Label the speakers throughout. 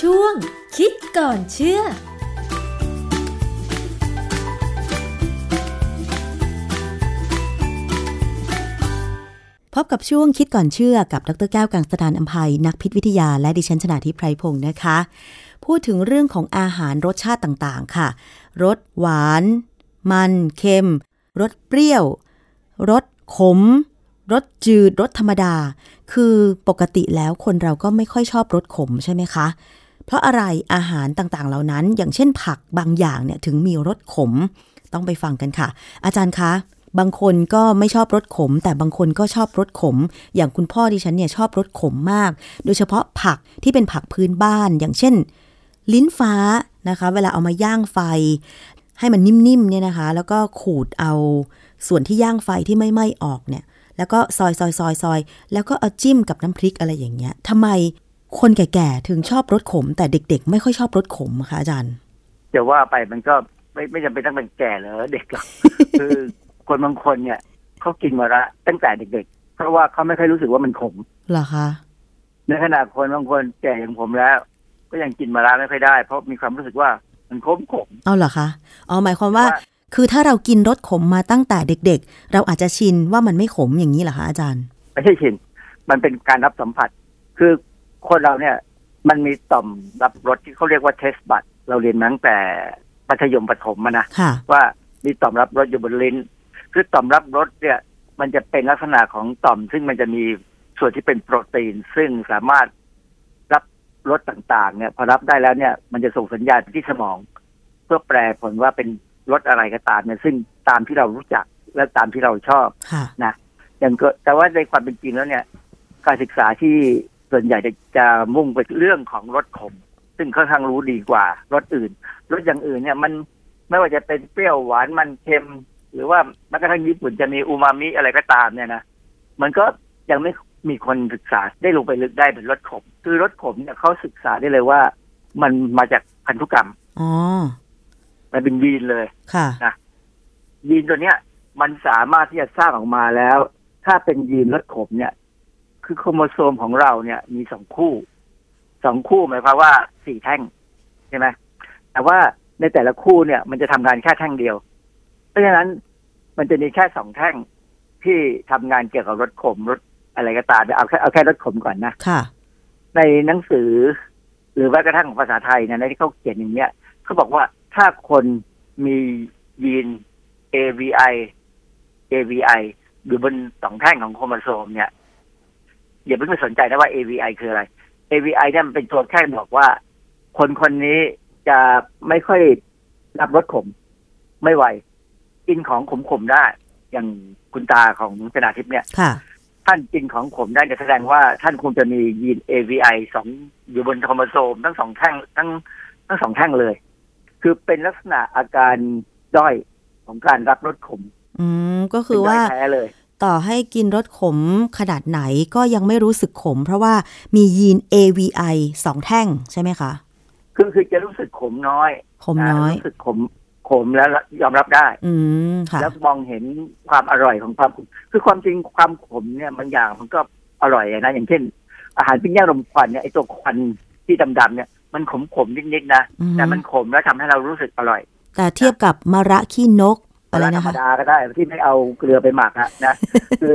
Speaker 1: ช่วง คิดก่อนเชื่อ
Speaker 2: พบกับช่วงคิดก่อนเชื่อกับดรแก้วกังสดานอัมภัยนักพิษวิทยาและดิฉันชนาทิพไพรพงศ์นะคะ พูดถึงเรื่องของอาหารรสชาติต่างๆ ค่ะ รสหวาน มันเค็ม รสเปรี้ยว รสขม รสจืด รสธรรมดา คือปกติแล้วคนเราก็ไม่ค่อยชอบรสขมใช่ไหมคะ เพราะอะไรอาหารต่างๆ เหล่านั้น อย่างเช่นผักบางอย่างเนี่ยถึงมีรสขม ต้องไปฟังกันค่ะ อาจารย์คะ บางคนก็ไม่ชอบรสขม แต่บางคนก็ชอบรสขม อย่างคุณพ่อดิฉันเนี่ยชอบรสขมมาก โดยเฉพาะผักที่เป็นผักพื้นบ้าน อย่างเช่น ลิ้นฟ้านะคะ เวลาเอามาย่างไฟ ให้มันนิ่มๆเนี่ยนะคะ แล้วก็ขูดเอาส่วนที่ย่างไฟที่ไม่ไหม้ออกเนี่ย แล้วก็ซอยซอยซอยซอยแล้วก็เอาจิ้มกับน้ำพริกอะไรอย่างเงี้ยทำไมคนแก่ๆถึงชอบรสขม แต่เด็ก ๆ ไม่ค่อยชอบรสขมอะคะอาจารย์
Speaker 3: จะว่าไปมันก็ไม่ไม่จำเป็นต้องเป็นแก่เลยเด็กหรอก คือคนบางคนเนี่ยเขากินมาละตั้งแต่เด็กๆ เพราะว่าเขาไม่เคยรู้สึกว่ามันขม
Speaker 2: เหรอคะ
Speaker 3: ในขณะคนบางคนแก่อย่างผมแล้ว ก็ยังกินมาละไม่ค่อยได้ เพราะมีความรู้สึกว่ามันขมขม
Speaker 2: เอาเหรอคะอ๋อหมายความ
Speaker 3: ๆ
Speaker 2: ว่า
Speaker 3: แต่
Speaker 2: คือถ้าเรากินรสขมมาตั้งแต่เด็ก ๆ เราอาจจะชินว่ามันไม่ขมอย่างนี้เหรอคะอาจารย์
Speaker 3: ไม่ใช่ชินมันเป็นการรับสัมผัส คือคนเราเนี่ย มันมีต่อมรับรสที่เขาเรียกว่าเทสบัตเราเรียนมาตั้งแต่มัธยมปฐมมานะ
Speaker 2: ค่ะ
Speaker 3: ว่ามีต่อมรับรสอยู่บนลิ้น คือต่อมรับรสเนี่ย มันจะเป็นลักษณะของต่อม ซึ่งมันจะมีส่วนที่เป็นโปรตีน ซึ่งสามารถรับรสต่างๆ เนี่ยพอรับได้แล้วเนี่ย มันจะส่งสัญญาณไปที่สมอง เพื่อแปลผลว่าเป็นรสอะไรก็ตามเนี่ย ซึ่งตามที่เรารู้จักและตามที่เราชอบ
Speaker 2: ค่ะ
Speaker 3: อย่างก็แต่ว่าในความเป็นจริงแล้วเนี่ย การศึกษาที่ส่วนใหญ่จะจะมุ่งไปเรื่องของรสขม ซึ่งค่อนข้างรู้ดีกว่ารสอื่นรสอย่างอื่นเนี่ยมันไม่ว่าจะเป็นเปรี้ยวหวานมันเค็ม หรือว่าแม้กระทั่งญี่ปุ่นจะมีอูมามิอะไรก็ตามเนี่ยนะมันก็ยังไม่มีคนศึกษาได้ลงไปลึกได้เป็นรสขม คือรสขมเนี่ยเขาศึกษาได้เลยว่า มันมาจากพันธุกรรม
Speaker 2: อ๋อ
Speaker 3: มันเป็นยีนเลย
Speaker 2: ค่ะ
Speaker 3: ยีนตัวเนี้ย มันสามารถที่จะสร้างออกมาแล้ว ถ้าเป็นยีนรสขมเนี่ย คือโครโมโซมของเราเนี่ย มีสองคู่สองคู่หมายความว่าสี่แท่งใช่ไหมแต่ว่าในแต่ละคู่เนี่ย มันจะทำงานแค่แท่งเดียว เพราะฉะนั้นมันจะมีแค่สองแท่งที่ทำงานเกี่ยวกับรสขมรสอะไรก็ตามเอาแค่เอาแค่รสขมก่อนนะ
Speaker 2: ค่ะ
Speaker 3: ในหนังสือ หรือแม้กระทั่งภาษาไทยเนยนะที่เขาเขียนอย่างเนี้ยเขาบอกว่าถ้าคนมียีน AVI AVI อยู่บนสองแท่งของโครโมโซมเนี่ยอย่าเพิ่งไปสนใจนะว่า AVI คืออะไร AVI เนี่ยมันเป็นตัวแค่บอกว่า คนคนนี้จะไม่ค่อยรับรสขม ไม่ไหว กินของขมๆได้ อย่างคุณตาของชนาทิพย์เนี่ย
Speaker 2: ค่ะ
Speaker 3: ท่านกินของขมได้จะแสดงว่าท่านคงจะมียีน AVI สองอยู่บนโครโมโซมทั้งสองแท่งทั้งทั้งสองแท่งเลย คือเป็นลักษณะอาการด้อยของการรับรสขม
Speaker 2: อืม ก็คือว่า
Speaker 3: เป็นด้ยแท้เลย
Speaker 2: ต่อให้กินรสขมขนาดไหนก็ยังไม่รู้สึกขม เพราะว่ามียีน AVI สองแท่งใช่ไหมคะ
Speaker 3: คือคือจะรู้สึกขมน้อย
Speaker 2: ขมน้อย
Speaker 3: ะรู้สึกขมขมแล้วยอมรับได้
Speaker 2: อืม ค่ะ
Speaker 3: แล้วมองเห็นความอร่อยของความขมคือความจริงความขมเนี่ยบางอย่างมันก็อร่อยอะนะอย่างเช่น อาหารปิ้งย่างลมควันเนี่ยไอตัวควันที่ดำๆเนี่ยมันขมๆนิดๆนะ
Speaker 2: อือฮึ
Speaker 3: แต่มันขมแล้วทำให้เรารู้สึกอร่อย
Speaker 2: แต่เทียบกับมะระขี้นกอะไร
Speaker 3: ธร
Speaker 2: นะ
Speaker 3: รม
Speaker 2: คะ
Speaker 3: ดาก็ได้ที่ไม่เอาเกลือไปหมักอะนะ คือ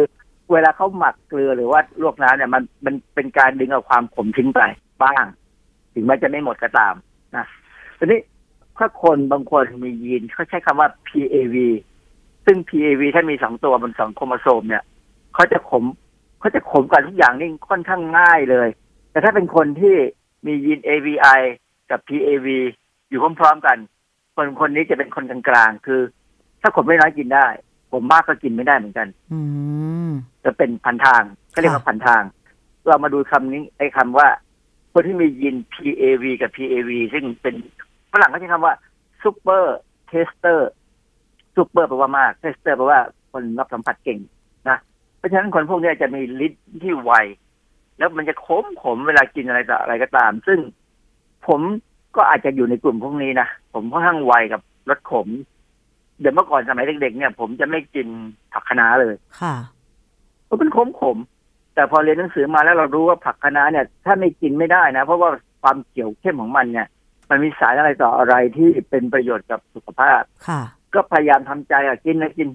Speaker 3: เวลาเขาหมักเกลือหรือว่าลวกน้ำเนี่ยมันมันเป็นการดึงเอาความขมทิ้งไปบ้าง ถึงแม้จะไม่หมดก็ตามนะทีนี้ถ้าคนบางคนมียีนเขาใช้คำว่า PAV ซึ่ง PAV ถ้ามีสองตัวบนสองโครโมโซมเนี่ยเขาจะขมเขาจะขมกับทุกอย่างนี่ค่อนข้างง่ายเลย แต่ถ้าเป็นคนที่มียีน AVI กับ PAV อยู่พร้อมๆกัน คนคนนี้จะเป็นคนกลางๆ คือ ถ้าขมไม่น้อยกินได้ ผมมากก็กินไม่ได้เหมือนกัน
Speaker 2: อืม
Speaker 3: จะเป็นพันทางก็เรียกว่าพันทาง เรามาดูคำนี้ไอ้คำว่า คนที่มียีน PAV กับ PAV ซึ่งเป็นฝรั่งเขาใช้คำว่า super taster super แปลว่ามาก taster แปลว่าคนรับสัมผัสเก่งนะ เพราะฉะนั้นคนพวกเนี้ยจะมีลิ้นที่ไว แล้วมันจะขมขมๆเวลากินอะไรต่ออะไรก็ตาม ซึ่งผมก็อาจจะอยู่ในกลุ่มพวกนี้นะ ผมค่อนข้างไวกับรสขม เดี๋ยวเมื่อก่อนสมัยเด็กๆเนี่ย ผมจะไม่กินผักคะน้าเลย
Speaker 2: ค่ะ
Speaker 3: มันเป็นขมขมๆแต่พอเรียนหนังสือมาแล้วเรารู้ว่าผักคะน้าเนี่ย ถ้าไม่กินไม่ได้นะ เพราะว่า ความเขียวเข้มของมันเนี่ย มันมีสารอะไรต่ออะไรที่เป็นประโยชน์กับสุขภาพ
Speaker 2: ค่ะ
Speaker 3: ก็พยายามทำใจอะกินนะกิน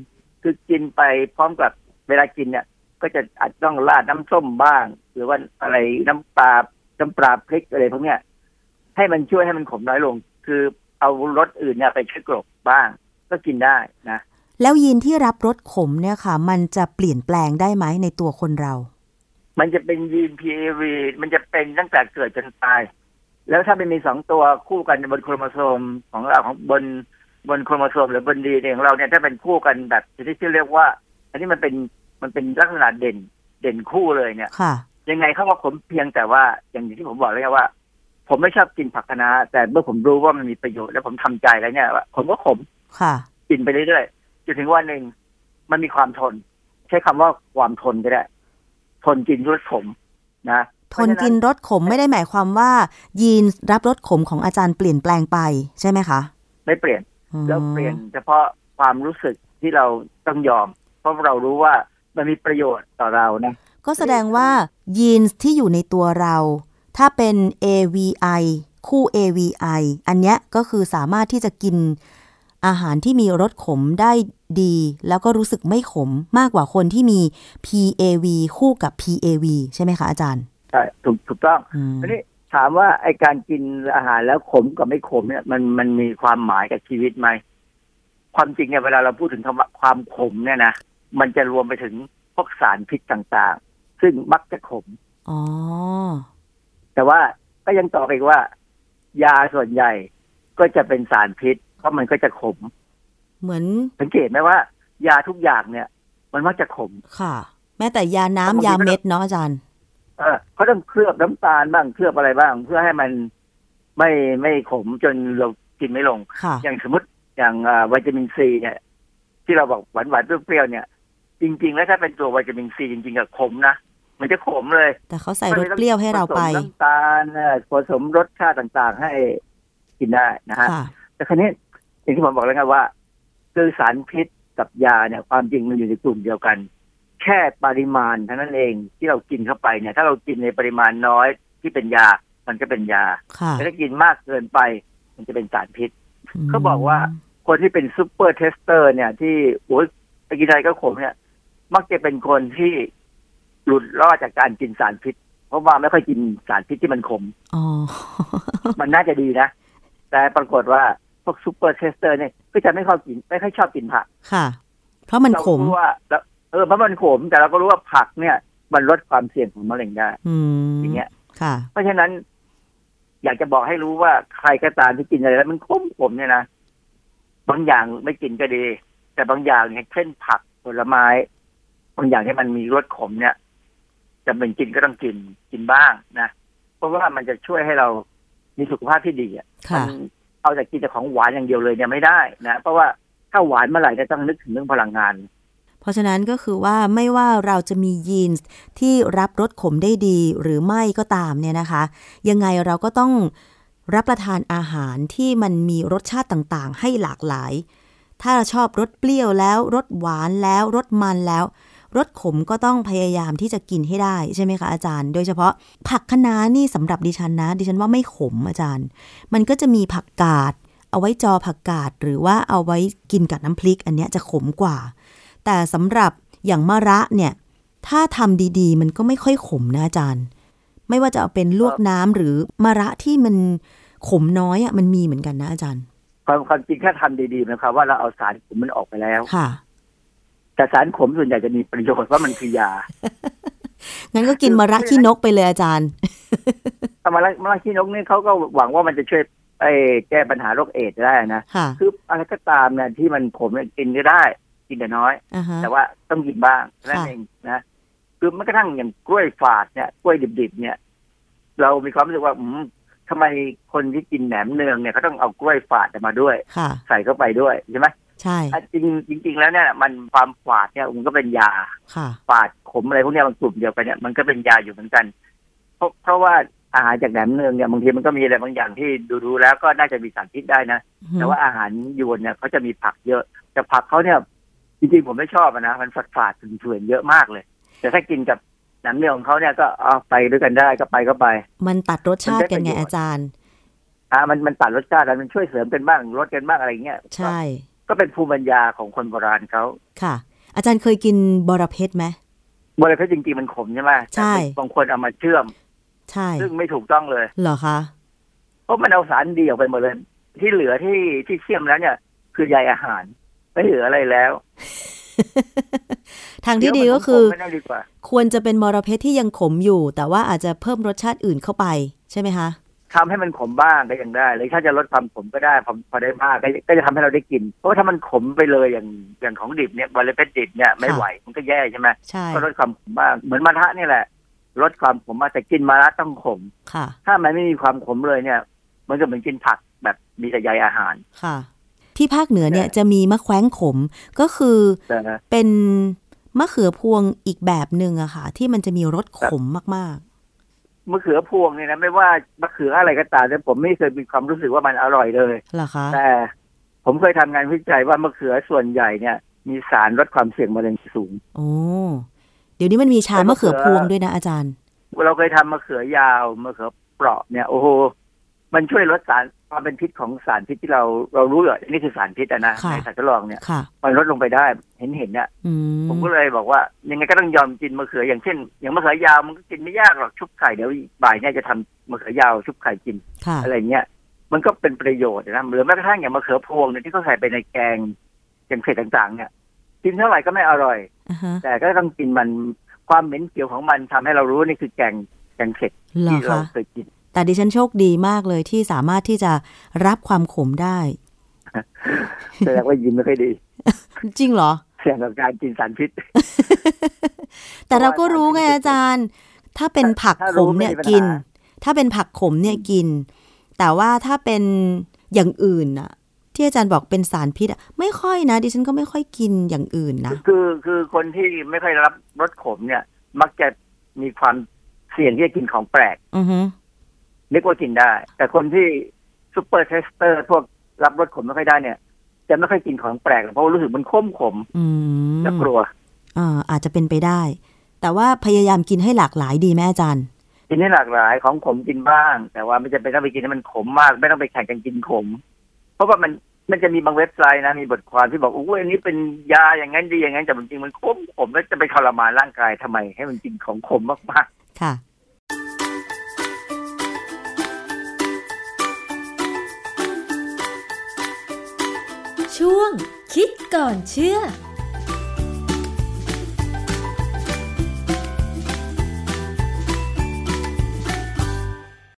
Speaker 3: คือกินไปพร้อมกับเวลากินเนี่ย ก็จะอาจต้องราดน้ำส้มบ้าง หรือว่าอะไรน้ำปลาน้ำปลาพริกอะไรพวกเนี้ยให้มันช่วยให้มันขมน้อยลง คือเอารสอื่นเนี่ยไปช่วยกลบบ้าง ก็กินได้นะ
Speaker 2: แล้วยีนที่รับรสขมเนี่ยค่ะ มันจะเปลี่ยนแปลงได้ไหมในตัวคนเรา
Speaker 3: มันจะเป็นยีน PAV มันจะเป็นตั้งแต่เกิดจนตาย แล้วถ้าเป็นมีสองตัวคู่กันบนโครโมโซมของเราของบนบนโครโมโซมหรือบนดีเของเราเนี่ยถ้าเป็นคู่กันแบบชนิดที่เรียกว่า อันนี้มันเป็นมันเป็นลักษณะเด่นเด่นคู่เลยเนี่ย
Speaker 2: ค่ะ
Speaker 3: ยังไงเขาก็ขมเพียงแต่ว่าอย่างที่ผมบอกเลยว่า ผมไม่ชอบกินผักคะน้าแต่เมื่อผมรู้ว่ามันมีประโยชน์แล้วผมทำใจแล้วเนี่ยว่าผมก็ขม
Speaker 2: ค่ะ
Speaker 3: กินไปเรื่อยๆจนถึงวันหนึ่งมันมีความทน ใช้คำว่าความทนก็ได้ ทนกินรสขมนะ
Speaker 2: ทนกินรสขมไม่ได้หมายความว่า ยีนรับรสขมของอาจารย์เปลี่ยนแปลงไปใช่ไหมคะ
Speaker 3: ไม่เปลี่ยน
Speaker 2: อืม
Speaker 3: แล้วเปลี่ยนเฉพาะความรู้สึกที่เราต้องยอม เพราะเรารู้ว่ามันมีประโยชน์ต่อเรานะ
Speaker 2: ก็แสดงว่า ยีนที่อยู่ในตัวเรา ถ้าเป็น AVI คู่ AVI อันเนี้ยก็คือสามารถที่จะกินอาหารที่มีรสขมได้ดี แล้วก็รู้สึกไม่ขมมากกว่าคนที่มี PAV คู่กับ PAV ใช่ไหมคะอาจารย์
Speaker 3: ใช่ถูกถูกต้อง
Speaker 2: อืม
Speaker 3: ทีนี้ถามว่าไอการกินอาหารแล้วขมกับไม่ขมเนี่ยมันมันมีความหมายกับชีวิตไหมความจริงเนี่ยเวลาเราพูดถึงคำว่าความขมเนี่ยนะมันจะรวมไปถึงพวกสารพิษต่างๆ ซึ่งมักจะขม
Speaker 2: อ๋อ
Speaker 3: แต่ว่าก็ยังตอบอีกว่า ยาส่วนใหญ่ก็จะเป็นสารพิษ เพราะมันก็จะขม
Speaker 2: เหมือน
Speaker 3: สังเกตไหมว่า ยาทุกอย่างเนี่ย มันมักจะขม
Speaker 2: ค่ะ แม้แต่ยาน้ำ
Speaker 3: แต่บางที
Speaker 2: ยา
Speaker 3: ก็
Speaker 2: เม็ดเนาะอาจารย์
Speaker 3: เออเขาต้องเคลือบน้ำตาลบ้างเคลือบอะไรบ้าง เพื่อให้มันไม่ไม่ขมจนเรากินไม่ลง
Speaker 2: ค่ะ
Speaker 3: อย่างสมมติอย่างอ่าวิตามินซีเนี่ย ที่เราบอกหวานหวานๆเปรี้ยวๆเนี่ย จริง ๆ แล้วถ้าเป็นตัววิตามินซีจริงๆกับขมนะมันจะขมเลย
Speaker 2: แต่เขาใส่รสเปรี้ยวให้เราไป
Speaker 3: ผสมน้ำตาลเอ่อผสมรสชาติต่างๆ ให้กินได้นะฮะ
Speaker 2: ค่ะ
Speaker 3: แต่ครั้นี้อย่างที่ผมบอกแล้วไงว่า คือสารพิษกับยาเนี่ย ความจริงมันอยู่ในกลุ่มเดียวกัน แค่ปริมาณเท่านั้นเองที่เรากินเข้าไปเนี่ย ถ้าเรากินในปริมาณน้อยที่เป็นยา มันก็เป็นยา
Speaker 2: ค่ะ
Speaker 3: แต่ถ้ากินมากเกินไป มันจะเป็นสารพิษ
Speaker 2: ม
Speaker 3: เขาบอกว่า คนที่เป็นซูเปอร์เทสเตอร์ เนี่ย ที่โอ้ยไปกินอะไรก็ขมเนี่ย มักจะเป็นคนที่หลุดรอดจากการกินสารพิษ เพราะว่าไม่ค่อยกินสารพิษที่มันขม
Speaker 2: อ๋อ
Speaker 3: มันน่าจะดีนะ แต่ปรากฏว่าพวกซูเปอร์เทสเตอร์เนี่ยก็จะไม่ค่อยกินไม่ค่อยชอบกินผัก
Speaker 2: ค่ะ เพราะมัน
Speaker 3: เรา
Speaker 2: ขม
Speaker 3: รู้ว่าแล้วเออเพราะมันขม แต่เราก็รู้ว่าผักเนี่ย มันลดความเสี่ยงของมะเร็งได้
Speaker 2: อืม
Speaker 3: อย่างเงี้ย
Speaker 2: ค่ะ
Speaker 3: เพราะฉะนั้น อยากจะบอกให้รู้ว่าใครก็ตามที่กินอะไรแล้วมันขมขมๆเนี่ยนะบางอย่างไม่กินก็ดี แต่บางอย่างเนี่ยเช่นผักผลไม้ บางอย่างที่มันมีรสขมเนี่ยจำเป็นกินก็ต้องกินกินบ้างนะเพราะว่ามันจะช่วยให้เรามีสุขภาพที่ดีอะ
Speaker 2: ค่ะ
Speaker 3: มันเอาแต่กินแต่ของหวานอย่างเดียวเลยเนี่ยไม่ได้นะเพราะว่าถ้าหวานเมื่อไหร่จะต้องนึกถึงเรื่องพลังงาน
Speaker 2: เพราะฉะนั้นก็คือว่าไม่ว่าเราจะมียีนส์ที่รับรสขมได้ดีหรือไม่ก็ตามเนี่ยนะคะ ยังไงเราก็ต้องรับประทานอาหารที่มันมีรสชาติต่างๆ ให้หลากหลาย ถ้าเราชอบรสเปรี้ยวแล้วรสหวานแล้วรสมันแล้วรสขมก็ต้องพยายามที่จะกินให้ได้ใช่ไหมคะอาจารย์ โดยเฉพาะผักคะน้านี่สำหรับดิฉันนะ ดิฉันว่าไม่ขมอาจารย์ มันก็จะมีผักกาด เอาไว้จอผักกาดหรือว่าเอาไว้กินกับน้ำพริก อันเนี้ยจะขมกว่า แต่สำหรับอย่างมะระเนี่ย ถ้าทำดีๆ มันก็ไม่ค่อยขมนะอาจารย์ ไม่ว่าจะเอาเป็นลวกน้ำหรือมะระที่มันขมน้อยอ่ะมันมีเหมือนกันนะอาจารย์
Speaker 3: ความความจริงแค่ทำดีๆนะครับว่าเราเอาสารขมมันออกไปแล้ว
Speaker 2: ค่ะ
Speaker 3: แต่สารขมส่วนใหญ่จะมีประโยชน์เพราะมันคือยา
Speaker 2: งั้นก็กินมะระขี้นกไปเลยอาจารย์
Speaker 3: ธรรมะมะละขี้นกนี่เขาก็หวังว่ามันจะช่วยไอ้แก้ปัญหาโรคเอดส์ได้นะ
Speaker 2: ค่ะ
Speaker 3: คืออะไรก็ตามเนี่ยที่มันขมเนี่ยกินก็ได้ กินแต่น้อย
Speaker 2: อ่าฮะ
Speaker 3: แต่ว่าต้องกินบ้างนั่นเองนะคือแม้กระทั่งอย่างกล้วยฝาดเนี่ยกล้วยดิบๆเนี่ย เรามีความรู้สึกว่าอืมทำไมคนที่กินแหนมเนืองเนี่ยเขาต้องเอากล้วยฝาดมาด้วย
Speaker 2: ค่ะ
Speaker 3: ใส่เข้าไปด้วยใช่ไหม
Speaker 2: ใช่
Speaker 3: อ่ะจริงจริง ๆ แล้วเนี่ยมันความฝาดเนี่ยมันก็เป็นยา
Speaker 2: ค่ะ
Speaker 3: ฝาดขมอะไรพวกเนี้ยมันกลุ่มเดียวกันเนี่ยมันก็เป็นยาอยู่เหมือนกัน เพราะเพราะว่าอาหารจากแหนมเนืองเนี่ยบางทีมันก็มีอะไรบางอย่างที่ดูๆแล้วก็น่าจะมีสารพิษได้นะ แต่ว่าอาหารยวนเนี่ยเขาจะมีผักเยอะ แต่ผักเขาเนี่ย จริงๆผมไม่ชอบอะนะ มันฝาดๆเถื่อนๆเยอะมากเลย แต่ถ้ากินกับ หนังเหนียวของเขาเนี่ยก็เอาไปด้วยกันได้ก็ไปก็ไป
Speaker 2: มันตัดรสชาติกัน
Speaker 3: มัน
Speaker 2: ไง
Speaker 3: ได้ประโยชน์
Speaker 2: อาจารย์
Speaker 3: อ่ามันมันตัดรสชาติมันช่วยเสริมกันบ้างลดกันบ้างอะไรเงี้ย
Speaker 2: ใช่
Speaker 3: ก็เป็นภูมิปัญญาของคนโบราณเขา
Speaker 2: ค่ะ อาจารย์เคยกินบอระเพ็ดไหม
Speaker 3: บริเพชจริงๆมันขมใช่ไหม
Speaker 2: ใช่
Speaker 3: แต่บางคนเอามาเชื่อม
Speaker 2: ใช่
Speaker 3: ซึ่งไม่ถูกต้องเลย
Speaker 2: เหรอคะ
Speaker 3: เพราะมันเอาสารดีออกไปหมดเลย ที่เหลือที่ที่เชื่อมแล้วเนี่ย คือใยอาหาร ไม่เหลืออะไรแล้ว
Speaker 2: ทางที่ดีก็
Speaker 3: เยวมัน
Speaker 2: คือ
Speaker 3: ขมๆไม่น่าดีกว่า
Speaker 2: ควรจะเป็นบอระเพ็ดที่ยังขมอยู่ แต่ว่าอาจจะเพิ่มรสชาติอื่นเข้าไปใช่ไหมคะ
Speaker 3: ทำให้มันขมบ้างก็ยังได้ หรือถ้าจะลดความขมก็ได้พอพอได้มากก็ก็จะทำให้เราได้กิน เพราะว่าถ้ามันขมไปเลยอย่างอย่างของดิบเนี่ยบริเพชดิบเนี่ยไม่
Speaker 2: ค่ะ
Speaker 3: ไหวมันก็แย่ใช่ไหม
Speaker 2: ใช่
Speaker 3: ก็ลดความขมบ้างเหมือนมะระนี่แหละลดความขมมางแต่กินมะระต้องขม
Speaker 2: ค่ะ
Speaker 3: ถ้ามันไม่มีความขมเลยเนี่ย มันก็เหมือนกินผักแบบมีแต่ใยอาหาร
Speaker 2: ค่ะ ที่ภาคเหนือเนี่ย
Speaker 3: ใช่
Speaker 2: จะมีมะแขว้งขมก็คือ
Speaker 3: แต่
Speaker 2: เป็นมะเขือพวงอีกแบบหนึ่งอะค่ะ ที่มันจะมีรสขมมาก
Speaker 3: มะเขือพวงเนี่ยนะไม่ว่ามะเขืออะไรก็ตามแต่ยผมไม่เคยมีความรู้สึกว่ามันอร่อยเลย
Speaker 2: ๆเหรอคะ
Speaker 3: แต่ผมเคยทำงานวิจัยว่ามะเขือส่วนใหญ่เนี่ย มีสารลดความเสี่ยงมะเร็งสูง
Speaker 2: โอ้เดี๋ยวนี้มันมีชามะเขือพวง
Speaker 3: มะเขือ
Speaker 2: ด้วยนะอาจารย์
Speaker 3: เราเคยทำมะเขือยาวมะเขือเปราะเนี่ยโอ้โหมันช่วยลดสารความเป็นพิษของสารพิษที่เราเรารู้เหรอนี่คือสารพิษอะนะ
Speaker 2: ค่ะ
Speaker 3: ในสัตว์ทดลองเนี่ย
Speaker 2: ค่ะ
Speaker 3: มันลดลงไปได้เห็นเห็นเนี่ย
Speaker 2: อืม
Speaker 3: ผมก็เลยบอกว่า ยังไงก็ต้องยอมกินมะเขืออย่างเช่น อย่างมะเขือยาวมันก็กินไม่ยากหรอกชุบไข่เดี๋ยวบ่ายเนี่ยจะทำมะเขือยาวชุบไข่กิน
Speaker 2: ค่ะ
Speaker 3: อะไรเงี้ยมันก็เป็นประโยชน์นะหรือแม้กระทั่งอย่างมะเขือพวงเนี่ยที่เขาใส่ไปในแกงแกงเผ็ดต่างๆ เนี่ยกินเท่าไหร่ก็ไม่อร่อย
Speaker 2: อ่าฮะ
Speaker 3: แต่ก็ต้องกินมันความเหม็นเขียวของมันทำให้เรารู้ว่านี่คือแกงแกงเผ็ด
Speaker 2: เหรอ
Speaker 3: ที่เรา
Speaker 2: คะ
Speaker 3: เคยกิน
Speaker 2: แต่ดิฉันโชคดีมากเลยที่สามารถที่จะรับความขมได้
Speaker 3: แสดงว่ายินไม่ค่อยดี
Speaker 2: จริงเหรอ
Speaker 3: เสี่ยงกับการกินสารพิษ
Speaker 2: แต่เราก็รู้ไงอาจารย์ ถ้าเป็นผัก
Speaker 3: ถ้า
Speaker 2: ข
Speaker 3: รู้
Speaker 2: มเนี่ย
Speaker 3: ไม่มีปัญหากิ
Speaker 2: กิน ถ้าเป็นผักขมเนี่ยกิน แต่ว่าถ้าเป็นอย่างอื่นน่ะ ที่อาจารย์บอกเป็นสารพิษอะไม่ค่อยนะดิฉันก็ไม่ค่อยกินอย่างอื่นนะ
Speaker 3: คือคือคนที่ไม่ค่อยรับรสขมเนี่ย มักจะมีความเสี่ยงที่จะกินของแปลก
Speaker 2: อือฮึ
Speaker 3: นึกว่ากินได้ แต่คนที่ซูเปอร์เทสเตอร์พวกรับรสขมไม่ค่อยได้เนี่ย จะไม่ค่อยกินของแปลกหรอกเพราะว่ารู้สึกมันขมขม
Speaker 2: อืม
Speaker 3: จะกลัว
Speaker 2: อ่าอาจจะเป็นไปได้ แต่ว่าพยายามกินให้หลากหลายดีไหมอาจารย์
Speaker 3: กินให้หลากหลายของขมกินบ้าง แต่ว่าไม่จำเป็นต้องไปกินให้มันขมมาก ไม่ต้องไปแข่งกันกินขม เพราะว่ามันมันจะมีบางเว็บไซต์นะมีบทความที่บอกอุ้ยอันนี้เป็นยาอย่างนั้นดีอย่างนั้นแต่จริงๆมันขมขมแล้วจะไปทรมานร่างกายทำไม ให้มันกินของขมมาก
Speaker 2: ค่ะ
Speaker 1: ช่วงคิดก่อนเชื่อ